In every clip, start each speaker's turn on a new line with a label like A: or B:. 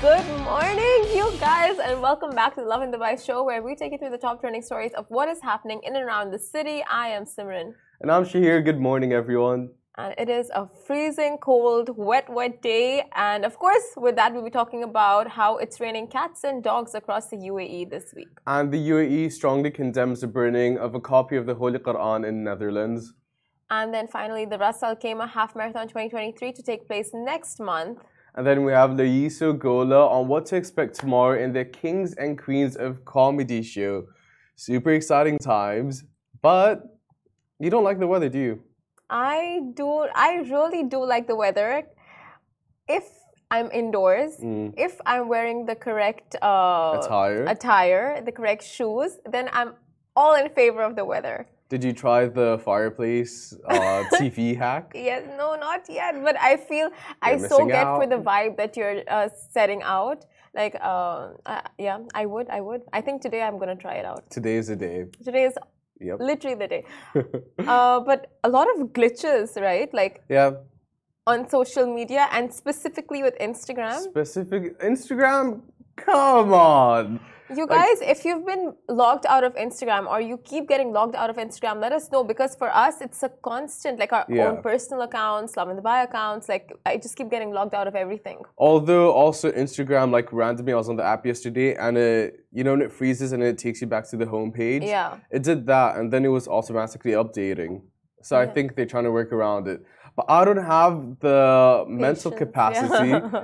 A: Good morning, you guys, and welcome back to the Love and Dubai show where we take you through the top trending stories of what is happening in and around the city. I am Simran,
B: And I'm Shahir. Good morning, everyone.
A: and it is a freezing cold, wet, wet day. And of course, with that, we'll be talking about how it's raining cats and dogs across the UAE this week.
B: And the UAE strongly condemns the burning of a copy of the Holy Quran in Netherlands.
A: And then finally, the Ras Al Khaimah Half Marathon 2023 to take place next month.
B: And then we have Laiso Gola on what to expect tomorrow in the Kings and Queens of Comedy show. Super exciting times. But you don't like the weather, do you?
A: I do. I really do like the weather. If I'm indoors,
B: Mm.
A: if I'm wearing the correct uh,
B: Attire?
A: attire, the correct shoes, then I'm all in favor of the weather.
B: Did you try the fireplace uh, TV hack?
A: Yes, no, not yet. But I feel I
B: You're
A: so
B: missing
A: get for
B: out.
A: the vibe that you're uh, setting out. Like, uh, uh, yeah, I would, I would. I think today I'm gonna try it out.
B: Today is the day.
A: Today is
B: Yep.
A: literally the day. uh, but a lot of glitches, right? Like
B: Yeah.
A: on social media and specifically with Instagram.
B: Specific Instagram. Come on.
A: You guys, if you've been logged out of Instagram or you keep getting logged out of Instagram, let us know because for us it's a constant, like our
B: Yeah.
A: own personal accounts, Love and Dubai accounts. Like I just keep getting logged out of everything.
B: Although also Instagram, like randomly, I was on the app yesterday, and it, you know, when it freezes and it takes you back to the homepage.
A: Yeah.
B: It did that, and then it was automatically updating. So I think they're trying to work around it. But I don't have the mental
A: Patience,
B: capacity
A: yeah.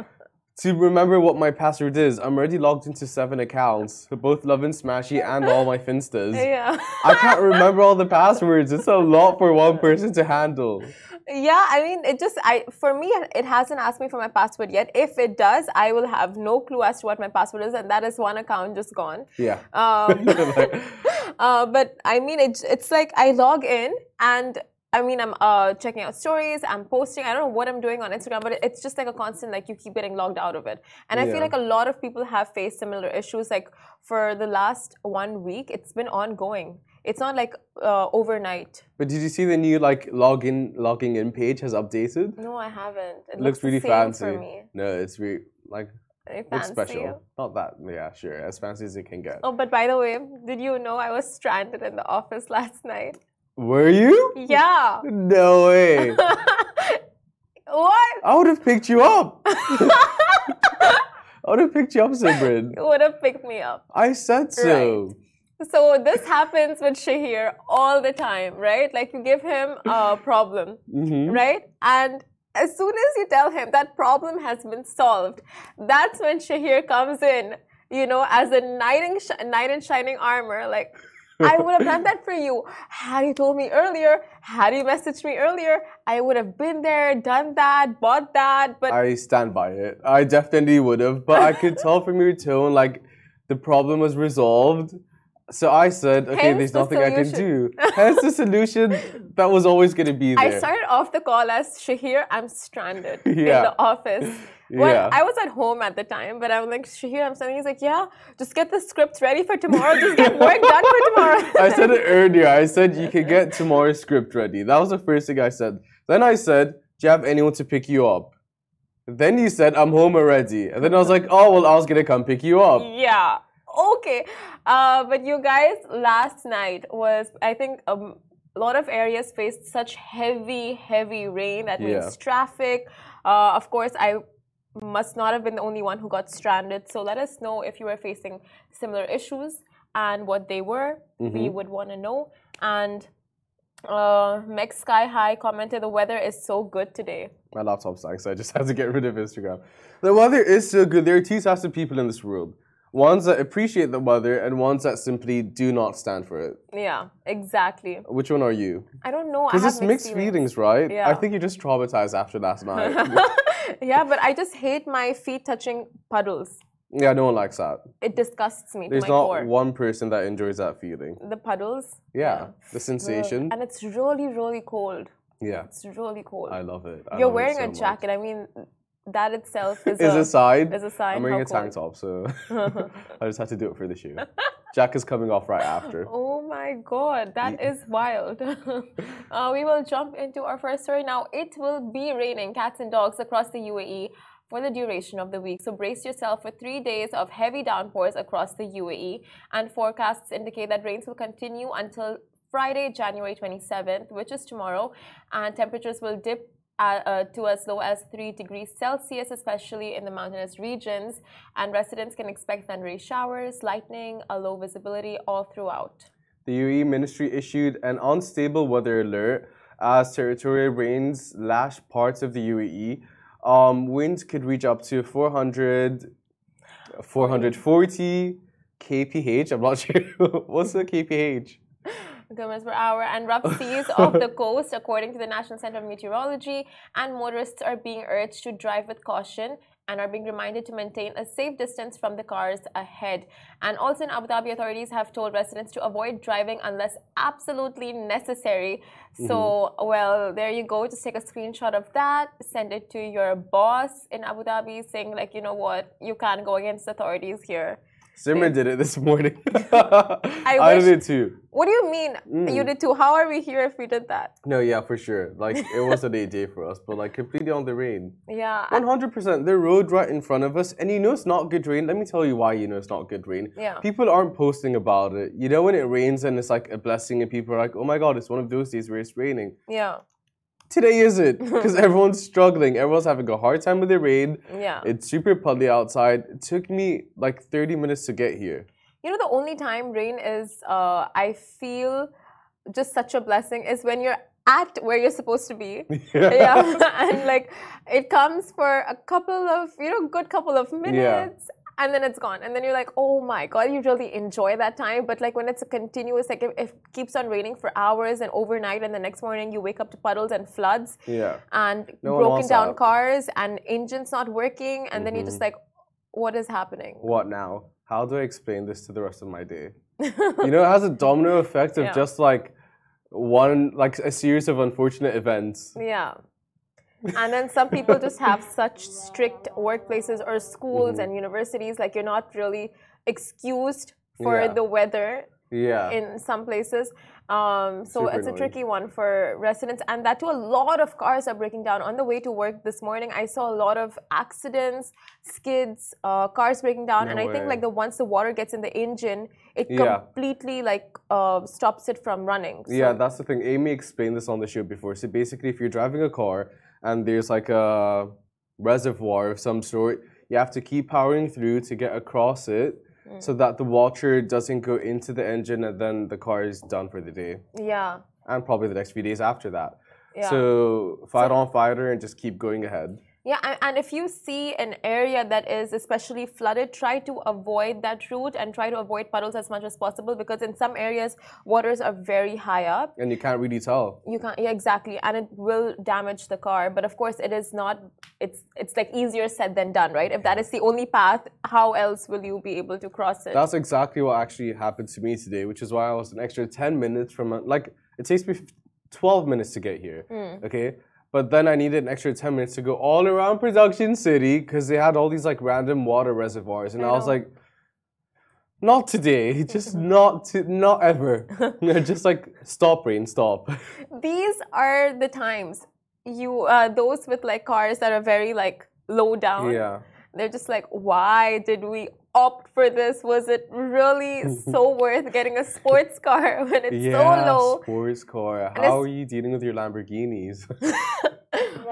B: to remember what my password is. I'm already logged into seven accounts, both Love and Smashy and all my Finstas.
A: yeah.
B: I can't remember all the passwords. It's a lot for one person to handle.
A: yeah, I mean, it just, I for me, it hasn't asked me for my password yet. If it does, I will have no clue as to what my password is, and that is one account just gone.
B: Yeah.
A: Um,
B: Like-
A: Uh, but I mean, it, it's like I log in and I mean, I'm uh, checking out stories, I'm posting, I don't know what I'm doing on Instagram, but it's just like a constant, like you keep getting logged out of it. And I feel
B: Yeah.
A: like a lot of people have faced similar issues. Like for the last one week, it's been ongoing. It's not like uh, overnight.
B: But did you see the new like login logging in page has updated?
A: No, I haven't. It
B: It looks
A: the
B: really
A: same
B: fancy.
A: For me.
B: No, it's really like
A: Very
B: looks
A: fancy.
B: special. Not that yeah, sure. As fancy as it can get.
A: Oh, but by the way, did you know I was stranded in the office last night?
B: Were you?
A: Yeah.
B: No way.
A: What?
B: I would have picked you up. I would have picked you up, Simran.
A: You would have picked me up.
B: I said so.
A: So this happens with Shahir all the time, right? Like you give him a problem,
B: Mhm.
A: right? And as soon as you tell him that problem has been solved, that's when Shahir comes in, you know, as a knight in, sh- knight in shining armor, like. I would have done that for you. Had you told me earlier, had you messaged me earlier, I would have been there, done that, bought that. But
B: I stand by it. I definitely would have, but I could tell from your tone like the problem was resolved. So I said, okay,
A: Hence
B: there's
A: the
B: nothing I can do.
A: solution.
B: Hence the solution that was always going to be there.
A: I started off the call as Shahir, I'm stranded in
B: Yeah.
A: the office. Well,
B: Yeah.
A: I was at home at the time, but I'm like, Shahir, I'm standing. He's like, yeah, just get the scripts ready for tomorrow. Just get work done for tomorrow.
B: I said it earlier. I said you could get tomorrow's script ready. That was the first thing I said. Then I said, Do you have anyone to pick you up? Then you said, I'm home already. And then I was like, Oh, well, I was going to come pick you up.
A: yeah. Okay. Uh, but you guys, last night was, I think, um, a lot of areas faced such heavy, heavy rain. That means
B: Yeah.
A: traffic. Uh, of course, I must not have been the only one who got stranded. So let us know if you were facing similar issues and what they were.
B: Mm-hmm.
A: We would want to know. And uh, Meg Sky High commented, "The weather is so good today."
B: My laptop's dying, so I just had to get rid of Instagram. The weather is so good. There are two types of people in this world ones that appreciate the weather and ones that simply do not stand for it.
A: Yeah, exactly.
B: Which one are you?
A: I don't know. I
B: Because
A: have
B: it's mixed
A: feelings.
B: feelings, right?
A: Yeah.
B: I think you're just traumatized after last night.
A: yeah, but I just hate my feet touching puddles.
B: yeah, no one likes that.
A: It disgusts me
B: There's
A: to my
B: not
A: core.
B: one person that enjoys that feeling.
A: The puddles.
B: Yeah, the
A: Ugh.
B: sensation.
A: And it's really, really cold.
B: Yeah,
A: It's really cold.
B: I love it. I
A: You're
B: love it
A: wearing
B: so
A: a
B: much.
A: jacket. I mean, that itself is,
B: Is
A: a,
B: a side.
A: is a sign
B: I'm wearing
A: how
B: a tank top, so I just had to do it for the shoe. Jack is coming off right after.
A: Oh my god, that is wild. uh, we will jump into our first story now. It will be raining cats and dogs across the UAE for the duration of the week. So brace yourself for three days of heavy downpours across the UAE, and forecasts indicate that rains will continue until Friday, January 27th, which is tomorrow, and temperatures will dip. Uh, uh, to as low as 3 degrees Celsius, especially in the mountainous regions, and residents can expect thundery showers, lightning, a low visibility all throughout.
B: The UAE ministry issued an unstable weather alert as territorial rains lash parts of the UAE. Um, winds could reach up to 400, 440 kph. I'm not sure. What's the kph?
A: kilometers per hour and rough seas off the coast, according to the National Center of Meteorology. And motorists are being urged to drive with caution and are being reminded to maintain a safe distance from the cars ahead. And also in Abu Dhabi, authorities have told residents to avoid driving unless absolutely necessary. So, well, there you go. Just take a screenshot of that, send it to your boss in Abu Dhabi, saying, like, you know what, you can't go against authorities here.
B: Zimmer did it this morning. I,
A: wish-
B: did it too.
A: What do you mean you did too? How are we here if we did that?
B: No, yeah, for sure. Like it was a day day for us, but like completely on the rain.
A: Yeah.
B: One hundred percent. The road right in front of us, and you know it's not good rain. Let me tell you why you know it's not good rain.
A: Yeah.
B: People aren't posting about it. You know when it rains and it's like a blessing, and people are like, "Oh my god, it's one of those days where it's raining."
A: Yeah.
B: Today isn't because everyone's struggling. Everyone's having a hard time with the rain.
A: Yeah.
B: It's super puddly outside. It took me like thirty minutes to get here.
A: You know, the only time rain is, uh, I feel just such a blessing is when you're at where you're supposed to be. yeah. And like it comes for a couple of, you know, good couple of minutes. And then it's gone. And then you're like, oh my God, you really enjoy that time. But like when it's a continuous, like if, if it keeps on raining for hours and overnight, and the next morning you wake up to puddles and floods
B: Yeah.
A: and
B: No one
A: broken
B: wants
A: down
B: that.
A: cars and engines not working. And then you're just like,
B: Mm-hmm.
A: what is happening?
B: what now? How do I explain this to the rest of my day? you know, it has a domino effect of
A: Yeah.
B: just like one, like a series of unfortunate events.
A: Yeah. And then some people just have such strict workplaces or schools and
B: Mm-hmm.
A: universities, like you're not really excused for
B: Yeah.
A: the weather
B: Yeah.
A: in some places. Um, so
B: Super
A: it's a
B: annoying.
A: tricky one for residents, and that too, a lot of cars are breaking down. On the way to work this morning, I saw a lot of accidents, skids, uh, cars breaking down, and
B: No
A: I think
B: way.
A: like the once the water gets in the engine, it
B: Yeah.
A: completely like uh, stops it from running. So,
B: yeah, that's the thing. Amy explained this on the show before. So basically, if you're driving a car and there's like a reservoir of some sort, you have to keep powering through to get across it
A: Mm.
B: so that the water doesn't go into the engine and then the car is done for the day
A: yeah,
B: and probably the next few days after that.
A: yeah.
B: So fight on fire and just keep going ahead.
A: Yeah, and, and if you see an area that is especially flooded, try to avoid that route and try to avoid puddles as much as possible because in some areas waters are very high up.
B: And you can't really tell.
A: You can't, yeah, exactly, and it will damage the car. But of course, it is not. It's it's like easier said than done, right? If that is the only path, how else will you be able to cross it?
B: That's exactly what actually happened to me today, which is why I was an extra 10 minutes from, like, it takes me 12 minutes to get here,
A: Mm.
B: okay? But then I needed an extra 10 minutes to go all around Production City because they had all these, like, random water reservoirs. And I, was
A: know.
B: like, not today, just not to, not ever. just like, stop, rain, stop.
A: These are the times you uh, those with like cars that are very like low down.
B: yeah.
A: they're just like, why did we opt for this? Was it really so worth getting a sports car when it's
B: Yeah,
A: so low?
B: sports car.
A: it's-
B: How are you dealing with your Lamborghinis?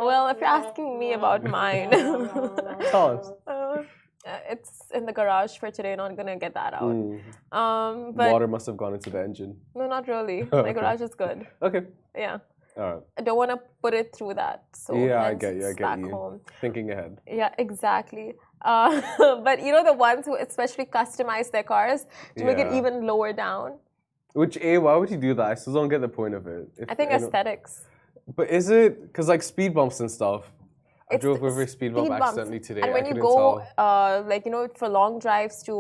A: Well, if you're asking me about mine,
B: Tell us.
A: uh, it's in the garage for today, not gonna get that out.
B: Mm,
A: Um, but
B: Water must have gone into the engine.
A: no, not really. My
B: Okay.
A: garage is good.
B: Okay.
A: Yeah,
B: All right.
A: I don't want to put it through that. So
B: Yeah, I
A: hence
B: get you, I
A: it's
B: get
A: back
B: you.
A: home.
B: Thinking ahead.
A: Yeah, exactly. Uh, but you know the ones who especially customize their cars to make it
B: Yeah.
A: even lower down.
B: Which a why would you do that? I still don't get the point of it. If-
A: I think
B: know-
A: aesthetics.
B: But is it because like speed bumps and stuff? I
A: It's
B: drove
A: the
B: over a speed bump
A: bumps.
B: accidentally today.
A: And
B: I
A: when you
B: couldn't
A: go,
B: tell.
A: uh, like you know, for long drives to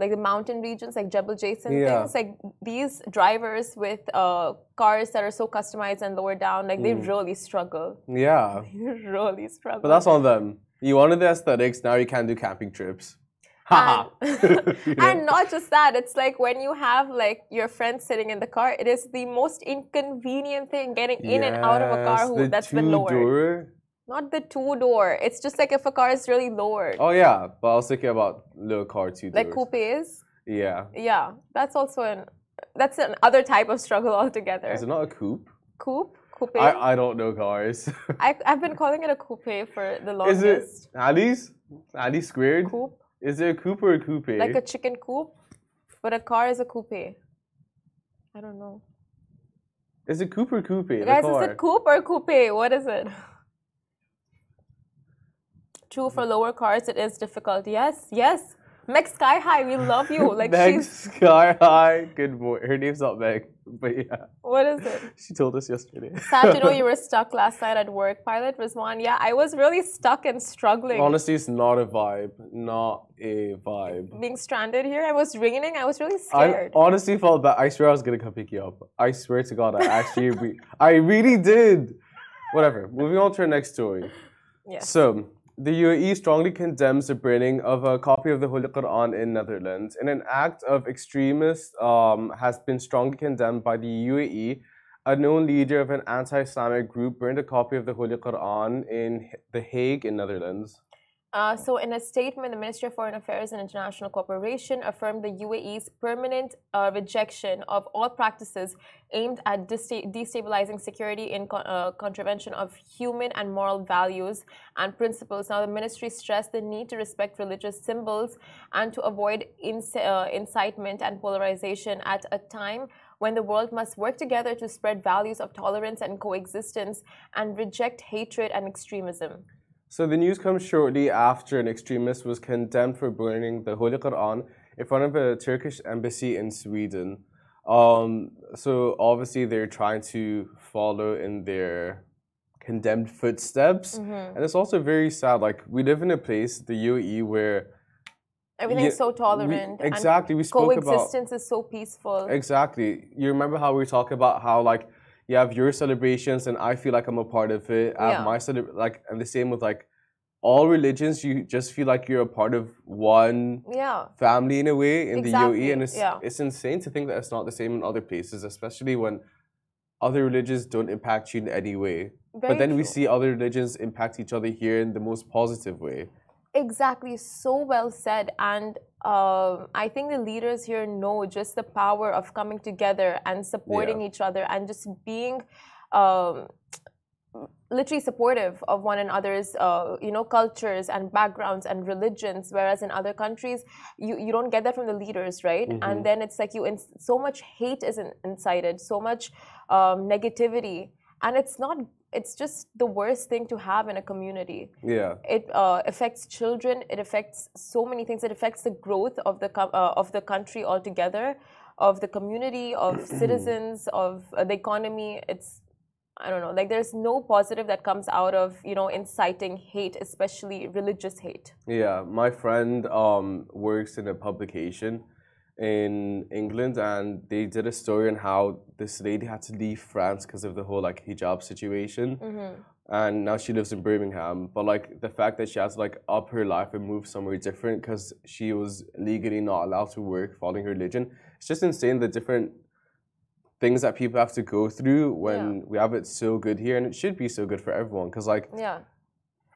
A: like the mountain regions, like Jebel Jason,
B: Yeah.
A: things like these drivers with uh, cars that are so customized and lower down, like they really struggle.
B: Mm. Yeah,
A: They really struggle.
B: but that's on them. You wanted the aesthetics. Now you can't do camping trips. Haha. You know?
A: and not just that, it's like when you have like your friend sitting in the car, it is the most inconvenient thing getting in and out of a car
B: Yes,
A: who
B: the
A: that's been lowered.
B: two-door,
A: Not the two door. It's just like if a car is really lowered,
B: Oh yeah, but I was thinking about little car two
A: like
B: doors.
A: coupes.
B: Yeah,
A: Yeah, that's also an that's an other type of struggle altogether.
B: is it not a coupe?
A: coupe, coupe. I,
B: I, I don't know cars.
A: I, have been calling it a coupe for the
B: is
A: longest.
B: it Ali's? Ali squared?
A: coupe?
B: Is it a coupe or a coupe?
A: Like a chicken coupe, but a car is a coupe. I don't know.
B: Is it coupe or coupe? The
A: Guys,
B: car.
A: is it coupe or coupe? What is it? True for lower cars, it is difficult. Yes, yes. Meg Sky High, we love you. Like
B: Meg
A: she's
B: Sky High. Good boy. Her name's not Meg, but yeah,
A: what is it?
B: she told us yesterday.
A: Sad to know you were stuck last night at work. Pilot Rizwan, yeah, I was really stuck and struggling.
B: Honestly, it's not a vibe. Not a vibe.
A: Being stranded here, I was raining. I was really
B: I
A: scared.
B: honestly felt bad. I swear I was gonna come pick you up. I swear to God, I actually, re- I really did. Whatever. Moving on to our next story.
A: Yes.
B: So, the UAE strongly condemns the burning of a copy of the Holy Quran in Netherlands. In an act of extremist um, has been strongly condemned by the UAE. A known leader of an anti-Islamic group burned a copy of the Holy Quran in H- The Hague in Netherlands.
A: Uh, so, in a statement, the Ministry of Foreign Affairs and International Cooperation affirmed the UAE's permanent uh, rejection of all practices aimed at desta- destabilizing security in co- uh, contravention of human and moral values and principles. Now, the ministry stressed the need to respect religious symbols and to avoid inci- uh, incitement and polarization at a time when the world must work together to spread values of tolerance and coexistence and reject hatred and extremism.
B: So the news comes shortly after an extremist was condemned for burning the Holy Quran in front of a Turkish embassy in Sweden. Um, so obviously they're trying to follow in their condemned
A: Mm.
B: footsteps, and it's also very sad. Like we live in a place, the UAE, where
A: Everything's
B: Yeah,
A: so tolerant.
B: we, exactly we
A: And
B: spoke about
A: coexistence is so peaceful.
B: Exactly. You remember how we talk about how like you have your celebrations and I feel like I'm a part of it. I have
A: Yeah.
B: my celebr like and the same with like all religions. You just feel like you're a part of one
A: yeah.
B: family in a way in the
A: Exactly,
B: UAE, and it's
A: yeah.
B: it's insane to think that it's not the same in other places, especially when other religions don't impact you in any way.
A: Very
B: but then we
A: true.
B: see other religions impact each other here in the most positive way.
A: Exactly. So well said. And um, I think the leaders here know just the power of coming together and supporting each other and just being. Um, literally supportive of one another's uh, you know cultures and backgrounds and religions whereas in other countries you, you don't get that from the leaders right and then it's like you ins- so much hate is in- incited so much um, negativity and it's not it's just the worst thing to have in a community
B: Yeah.
A: it uh, affects children it affects so many things it affects the growth of the co- uh, of the country altogether of the community of citizens of uh, the economy it's i don't know like there's no positive that comes out of you know inciting hate especially religious hate
B: Yeah, my friend um, works in a publication in England, and they did a story on how this lady had to leave France because of the whole like hijab situation, and now she lives in Birmingham. But like the fact that she has to like up her life and move somewhere different because she was legally not allowed to work following her religion, it's just insane the different things that people have to go through when we have it so good here, and it should be so good for everyone because like
A: yeah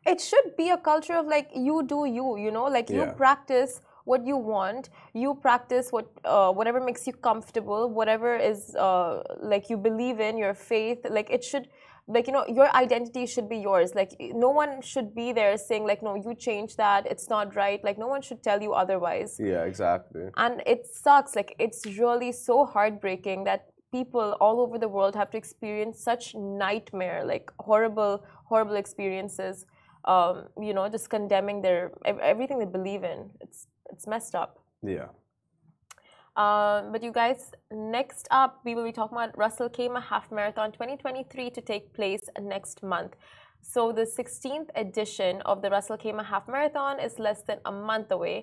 A: it should be a culture of like you do you you know like you
B: Yeah.
A: practice what you want you practice what uh, whatever makes you comfortable whatever is uh, like you believe in your faith like it should like you know your identity should be yours like no one should be there saying like no you change that it's not right like no one should tell you otherwise
B: yeah, exactly.
A: and it sucks like it's really so heartbreaking that people all over the world have to experience such nightmare like horrible horrible experiences um, you know just condemning their ev- everything they believe in it's it's messed up
B: Yeah.
A: um, but you guys, next up, we will be talking about Russell Kama Half Marathon 2023 to take place next month. So the 16th edition of the Russell Kama Half Marathon is less than a month away,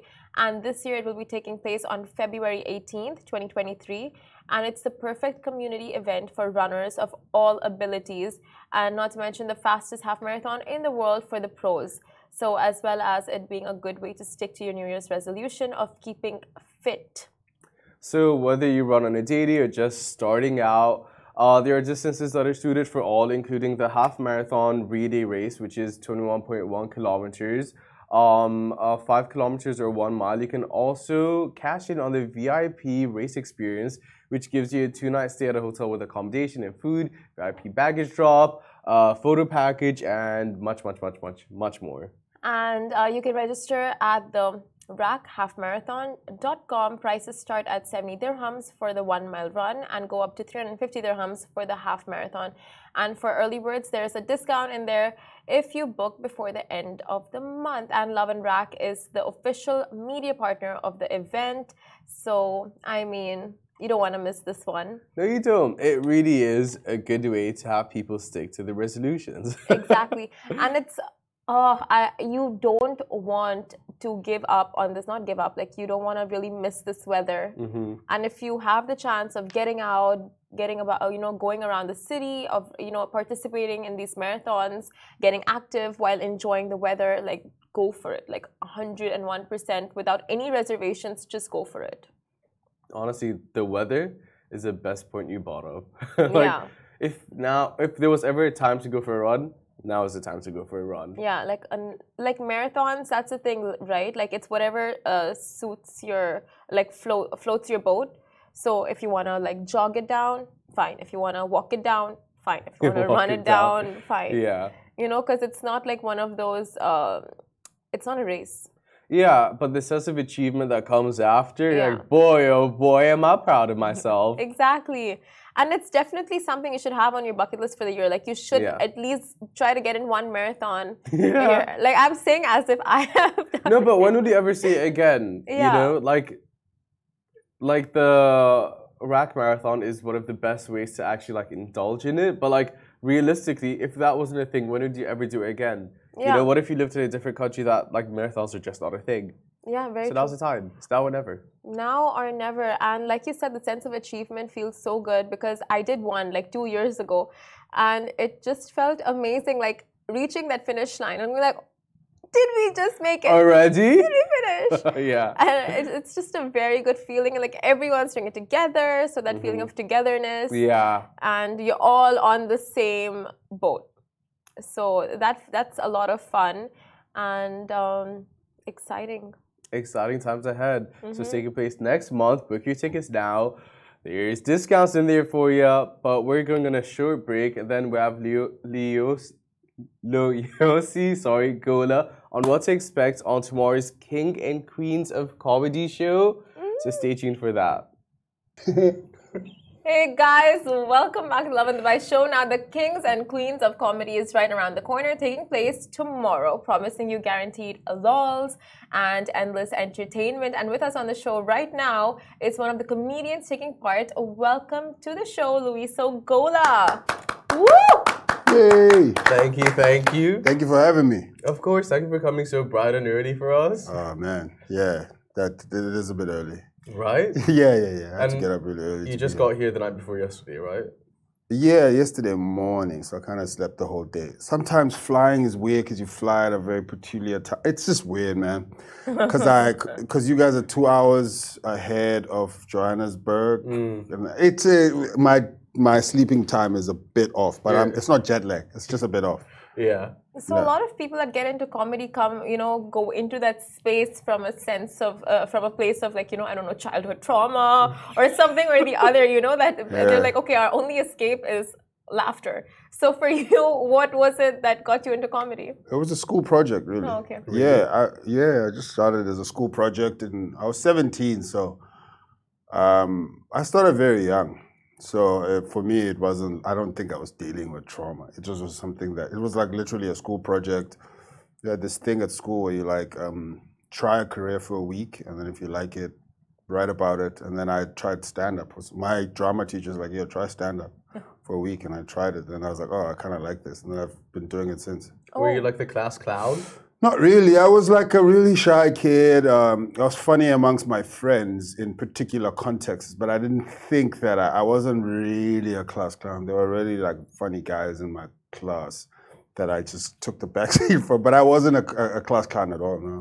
A: and this year it will be taking place on February 18th, 2023, and it's the perfect community event for runners of all abilities, and not to mention the fastest half marathon in the world for the pros. So as well as it being a good way to stick to your New Year's resolution of keeping fit.
B: So whether you run on a daily or just starting out, Uh, there are distances that are suited for all, including the half marathon relay race, which is 21.1 kilometers, um, uh, five kilometers or one mile. You can also cash in on the VIP race experience, which gives you a two night stay at a hotel with accommodation and food, VIP baggage drop, uh, photo package, and much, much, much, much, much more.
A: And uh, you can register at the rackhalfmarathon.com. Prices start at 70 dirhams for the one mile run and go up to 350 dirhams for the half marathon. And for early birds, there's a discount in there if you book before the end of the month. And Love and Rack is the official media partner of the event. So, I mean, you don't want to miss this one.
B: No, you don't. It really is a good way to have people stick to the resolutions.
A: exactly and it's oh I, you don't want to give up on this not give up like you don't want to really miss this weather
B: hmm
A: and if you have the chance of getting out getting about uh, you know going around the city of you know participating in these marathons getting active while enjoying the weather like go for it like 101% without any reservations just go for it
B: honestly, the weather is the best point you brought up. like,
A: Yeah.
B: if now, if there was ever a time to go for a run, now is the time to go for a run.
A: yeah like an, like marathons that's the thing right like it's whatever uh, suits your like float floats your boat so if you want to like jog it down fine if you want to walk it down fine if you want to
B: Walk
A: run
B: it
A: it down, fine
B: Yeah.
A: you know because it's not like one of those um it's not a race
B: Yeah, but the sense of achievement that comes after, you're
A: Yeah.
B: like, boy, oh boy, am I proud of myself.
A: exactly and it's definitely something you should have on your bucket list for the year like you should
B: Yeah.
A: at least try to get in one marathon a
B: Yeah.
A: year. like i'm saying as if i have done
B: No, but when would you ever see it again? You
A: Yeah.
B: know, like, like the rack marathon is one of the best ways to actually like indulge in it. But like realistically, if that wasn't a thing, when would you ever do it again? You know,
A: Yeah.
B: what if you lived in a different country that like marathons are just not a thing?
A: yeah very
B: So
A: true.
B: now's the time. It's now or never.
A: now or never and like you said the sense of achievement feels so good because i did one like two years ago and it just felt amazing like reaching that finish line and we're like did we just make it
B: Already?
A: did we finish
B: yeah.
A: and it, it's just a very good feeling and like everyone's doing it together so that feeling of togetherness
B: Yeah.
A: and you're all on the same boat so that that's a lot of fun and um, exciting
B: exciting times ahead. So
A: Mm-hmm.
B: it's taking place next month. Book your tickets now. There's discounts in there for you, but we're going on a short break, and then we have Leo Leo's Loyosi, sorry, Gola, on what to expect on tomorrow's King and Queens of Comedy show. So stay
A: Mm.
B: tuned for that.
A: Hey guys, welcome back to Love and Dubai show. Now, the kings and queens of comedy is right around the corner, taking place tomorrow, promising you guaranteed lols and endless entertainment. And with us on the show right now is one of the comedians taking part. Welcome to the show, Luiso Gola. Woo!
C: Hey,
B: Thank you, thank you.
C: thank you for having me.
B: Of course, thank you for coming so bright and early for us.
C: Oh man, yeah, that that it is a bit early.
B: Right?
C: yeah, yeah, yeah. I had to
B: And
C: get up really early.
B: You
C: to
B: just
C: be here.
B: got here the night before yesterday, right?
C: Yeah, yesterday morning, so I kind of slept the whole day. Sometimes flying is weird because you fly at a very peculiar time. It's just weird, man. Because I because you guys are two hours ahead of Johannesburg.
B: Mm.
C: And It's a, my my sleeping time is a bit off, but I'm,
B: Yeah.
C: it's not jet lag. It's just a bit off.
B: Yeah.
A: So a lot of people that get into comedy come, you know, go into that space from a sense of, uh, from a place of like, you know, I don't know, childhood trauma or something or the other, you know, that they're like, okay, our only escape is laughter. So for you, what was it that got you into comedy?
C: It was a school project, really.
A: Oh, okay.
C: Yeah, I, yeah. I just started as a school project, and I was 17, so um, I started very young. So uh, for me, it wasn't. I don't think I was dealing with trauma. It just was something that it was like literally a school project. You had this thing at school where you like um, try a career for a week, and then if you like it, write about it. And then I tried stand up. My drama teacher's like, "Yo, try stand up." For a week, and I tried it, and I was like, "Oh, I kind of like this," and then I've been doing it since.
B: Were
A: Oh.
B: you like the class clown?
C: Not really. I was like a really shy kid. Um, I was funny amongst my friends in particular contexts, but I didn't think that I, I wasn't really a class clown. There were really like funny guys in my class that I just took the backseat for, but I wasn't a, a- a class clown at all. No.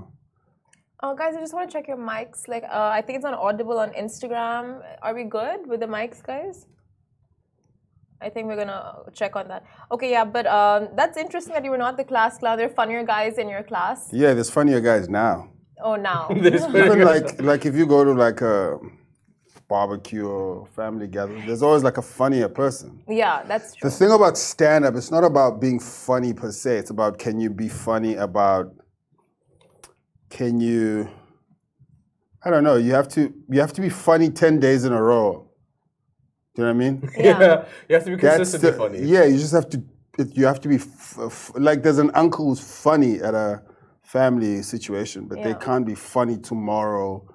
A: Oh, guys, I just want to check your mics. Like, uh, I think it's on Audible on Instagram. Are we good with the mics, guys? I think we're gonna check on that. Okay, yeah, but um, that's interesting that you were not the class clown. There are funnier guys in your class.
C: Yeah, there's funnier guys now.
A: Oh, now.
B: There's
C: Even like like if you go to like a barbecue or family gathering, there's always like a funnier person.
A: yeah, that's true.
C: The thing about stand up, it's not about being funny per se. It's about can you be funny about can you I don't know, you have to you have to be funny 10 days in a row. Do you know what I mean?
A: Yeah.
B: you have to be consistently
C: the-
B: funny.
C: Yeah, you just have to it, you have to be f- f- like there's an uncle who's funny at a family situation, but they
A: Yeah.
C: can't be funny tomorrow.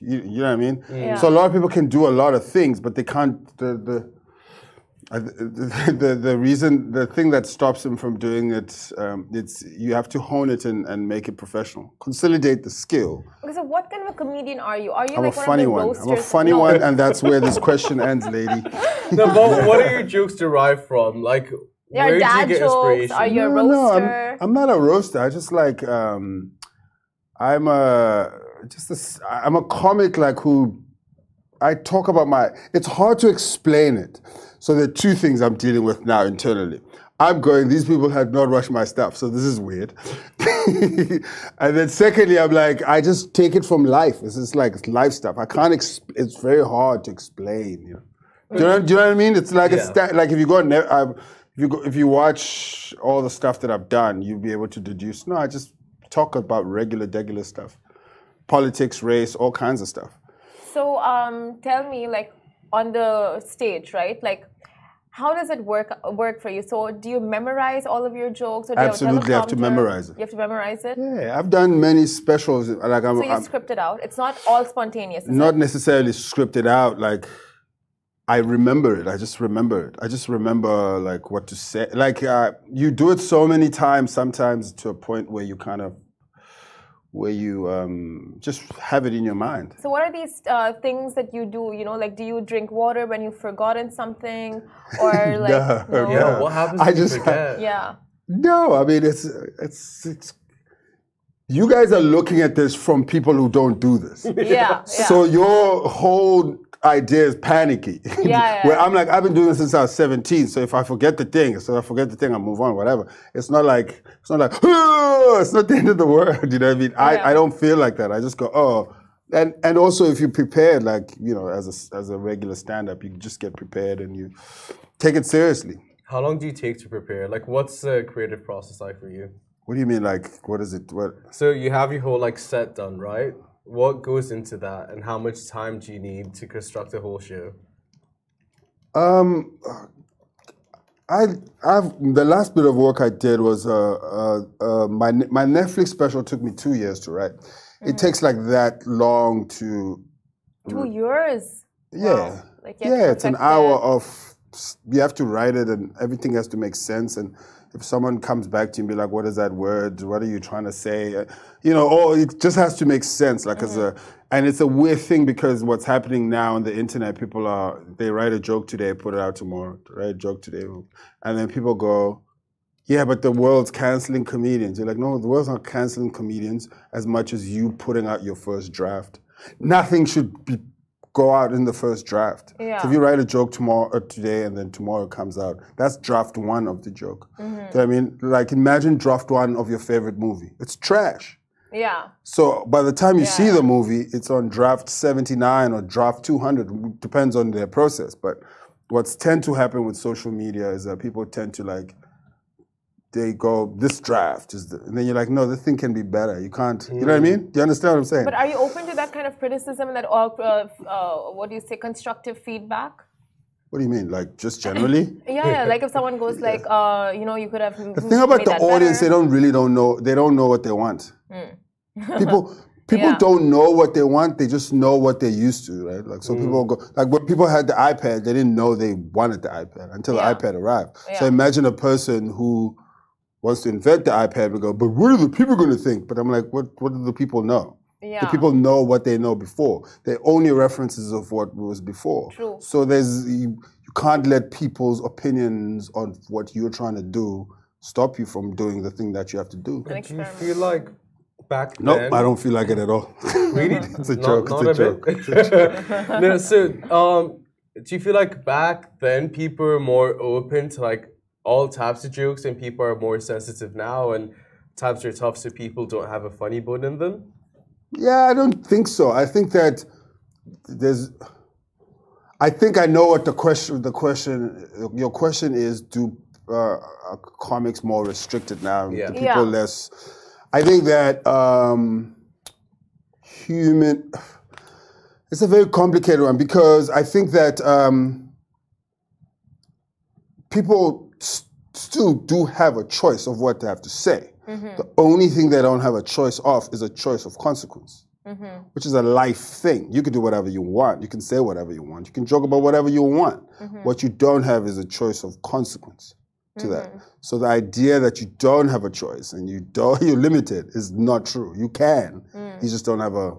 C: You, you know what I mean?
A: Yeah.
C: So a lot of people can do a lot of things, but they can't the the uh, I- the, the, the reason the thing that stops them from doing it um, it's you have to hone it and, and make it professional consolidate the skill
A: Okay, so what kind of a comedian are you? Are you
C: i'm
A: like
C: a funny
A: one,
C: one
A: of the
C: i'm a
A: roasters?
C: funny
A: No.
C: one and that's where this question ends lady
B: No, but what are your jokes derived from? Like,
A: There
B: where
A: are
B: do you
A: dad
B: get
A: jokes.
B: inspiration?
A: Are you a
C: I'm-
A: roaster?
C: I'm, not a roaster. I just like um, I'm a just a, s- I'm a comic like who I talk about my. It's hard to explain it. So there are two things I'm dealing with now internally. I'm going. These people had not rushed my stuff, so this is weird. and then secondly, I'm like, I just take it from life. This is like life stuff. I can't. Exp- it's very hard to explain. You know. Do you, know, do you know what I mean? It's like it's
B: Yeah.
C: that, like if you go, ne- um, if you go, if you watch all the stuff that I've done, you'll be able to deduce. No, I just talk about regular, regular stuff, politics, race, all kinds of stuff.
A: So um, tell me, like on the stage, right? Like, how does it work work for you? So do you memorize all of your jokes? Or do you
C: Absolutely, I
A: have,
C: have
A: a
C: to
A: teleprompter?
C: memorize it.
A: You have to memorize it.
C: Yeah, I've done many specials. Like I'm,
A: So you
C: I'm
A: script it out. It's not all spontaneous. is
C: not necessarily scripted out. Like I remember it. I just remember it. I just remember like what to say. Like uh, you do it so many times, sometimes to a point where you kind of where you um, just have it in your mind.
A: So what are these uh, things that you do? You know, like do you drink water when you've forgotten something, or like
C: No,
A: no?
B: yeah,
C: no.
B: what happens
C: I
B: if you
C: just-
B: forget?
A: yeah,
C: No, I mean it's it's it's. You guys are looking at this from people who don't do this.
A: yeah, yeah.
C: So your whole idea is panicky.
A: yeah,
C: Where
A: yeah.
C: I'm like, I've been doing this since I was 17. So if I forget the thing, so I forget the thing, I move on, whatever. It's not like it's not like "Oh," it's not the end of the world. You know what I mean?
A: Yeah.
C: I, I don't feel like that. I just go oh, and and also if you prepared, like you know, as a s- as a regular stand up, you just get prepared and you take it seriously.
B: How long do you take to prepare? Like, what's the creative process like for you?
C: What do you mean? Like what is it? What
B: So you have your whole like set done, right? What goes into that, and how much time do you need to construct a whole show?
C: Um, I I've the last bit of work I did was uh, uh, uh, my Ne- my Netflix special took me two years to write. It takes like that long to
A: two years.
C: yeah
A: Like, you have to
C: yeah. It's an
A: perfect
C: hour
A: it.
C: of s- you have to write it and everything has to make sense and. If someone comes back to you and be like, "What is that word? What are you trying to say?" Uh, You know, or it just has to make sense. Like as a,
A: Mm-hmm.
C: and it's a weird thing because what's happening now on the internet, people are they write a joke today, put it out tomorrow. Write a joke today, and then people go, yeah, but the world's canceling comedians. You're like, no, the world's not canceling comedians as much as you putting out your first draft. Nothing should be, go out in the first draft.
A: Yeah.
C: So if you write a joke tomorrow, uh, today, and then tomorrow it comes out, that's draft one of the joke. So, I mean, like, imagine draft one of your favorite movie. It's trash.
A: Yeah.
C: So by the time you see
A: Yeah.
C: the movie, it's on draft 79 or draft 200, depends on their process. But what's tend to happen with social media is that people tend to like, they go, this draft is, the, and then you're like, no, this thing can be better. You can't, you know what I mean? Do you understand what I'm saying?
A: Mm. But are you open to that kind of criticism? That all, uh, uh, what do you say, constructive feedback?
C: what do you mean? Like just generally?
A: Yeah, yeah. Like if someone goes like, uh, you know, you could have.
C: The thing about the audience, they
A: better. Mm.
C: don't really don't know. They don't know what they want. people people
A: Yeah.
C: don't know what they want. They just know what they're used to, right? Like so, people
A: Mm.
C: go like when people had the iPad, they didn't know they wanted the iPad until
A: Yeah.
C: the iPad arrived. So
A: Yeah.
C: imagine a person who wants to invent the iPad and go, but what are the people going to think? But I'm like, what what do the people know?
A: Yeah.
C: The people know what they know before. They're only references of what was before.
A: True.
C: So there's you, you can't let people's opinions on what you're trying to do stop you from doing the thing that you have to do.
B: Do you feel like back
C: No,
B: then?
C: I don't feel like it at all.
B: Really?
C: It's a joke, it's a joke,
B: bit. no, so um, do you feel like back then people were more open to like all types of jokes and people are more sensitive now and times are tough so people don't have a funny bone in them?
C: Yeah, I don't think so. I think that there's. I think I know what the question. The question. Your question is: Do uh, are comics more restricted now?
B: Yeah.
C: Do people
A: Yeah.
C: less? I think that um, human. It's a very complicated one because I think that um, people s- still do have a choice of what they have to say. The only thing they don't have a choice of is a choice of consequence which is a life thing. You can do whatever you want. You can say whatever you want. You can joke about whatever you want. What you don't have is a choice of consequence to that. So the idea that you don't have a choice and you don't you're limited is not true. You can. You just don't have a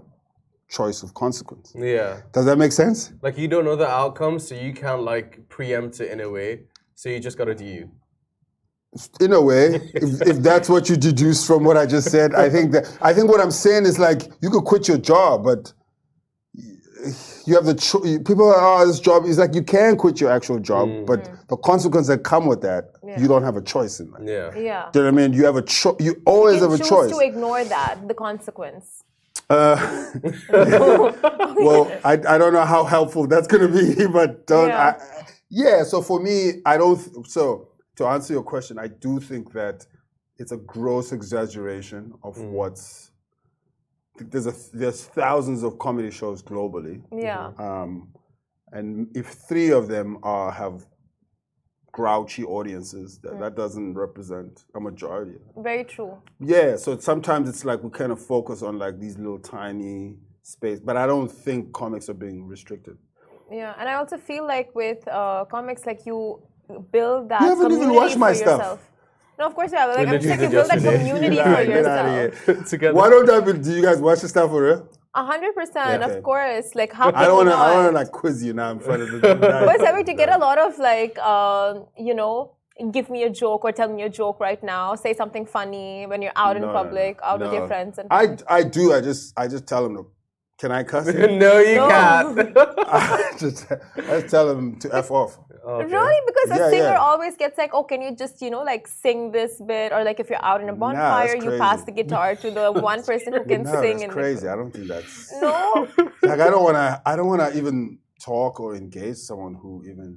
C: choice of consequence.
B: Yeah.
C: Does that make sense?
B: Like you don't know the outcome, so you can't like preempt it in a way. So you just gotta do you.
C: In a way, if, if that's what you deduce from what I just said, I think that I think what I'm saying is like you could quit your job, but you have the cho- people are oh, this job is like you can quit your actual job, but
A: Mm.
C: the consequences that come with that, you don't have a choice in that.
A: Yeah.
B: Yeah.
C: Do you know what I mean? You have a cho- you always
A: You can
C: have a
A: choose
C: choice. Uh,
A: to ignore that, the consequence.
C: well, I, I don't know how helpful that's going to be, but don't.
A: Yeah.
C: I, yeah. So for me, I don't. th- So to answer your question, I do think that it's a gross exaggeration of what's. There's a, there's thousands of comedy shows globally,
A: Yeah.
C: um, and if three of them are have grouchy audiences, that, that doesn't represent a majority. of
A: Very true.
C: yeah, so sometimes it's like we kind of focus on like these little tiny space, but I don't think comics are being restricted.
A: Yeah. And I also feel like with uh, comics, like you build that.
C: You haven't even
A: community
C: watched
A: for
C: my stuff.
A: Yourself. No, of course, yeah. But like,
B: We
A: I'm just
B: literally
A: like, you
B: did
A: build that community
B: yesterday.
C: Nah,
A: for
C: get outta
A: yourself.
C: here.
B: Together.
C: Why don't I? be- Do you guys watch the stuff for real?
A: A hundred percent,
C: Okay.
A: of course. Like how
C: I don't
A: want
C: want to. I want to like quiz you now in front of the.
A: But Sabi, to get a lot of like, um, you know, give me a joke or tell me a joke right now. Say something funny when you're out in
C: No, no, no.
A: public, out with your
C: No.
A: friends, and
C: I I do. I just I just tell them to. Can I cuss?
B: no, you
A: No.
B: can't.
C: I just I just tell them to f off.
B: Okay.
A: really because a
C: Yeah,
A: singer
C: yeah.
A: always gets like, oh, can you just you know like sing this bit, or like if you're out in a
C: that's
A: bonfire, you
C: crazy.
A: pass the guitar to the one person who can
C: No,
A: sing.
C: that's
A: and
C: crazy. I don't think that's
A: No,
C: like I don't want to. I don't want to even talk or engage someone who even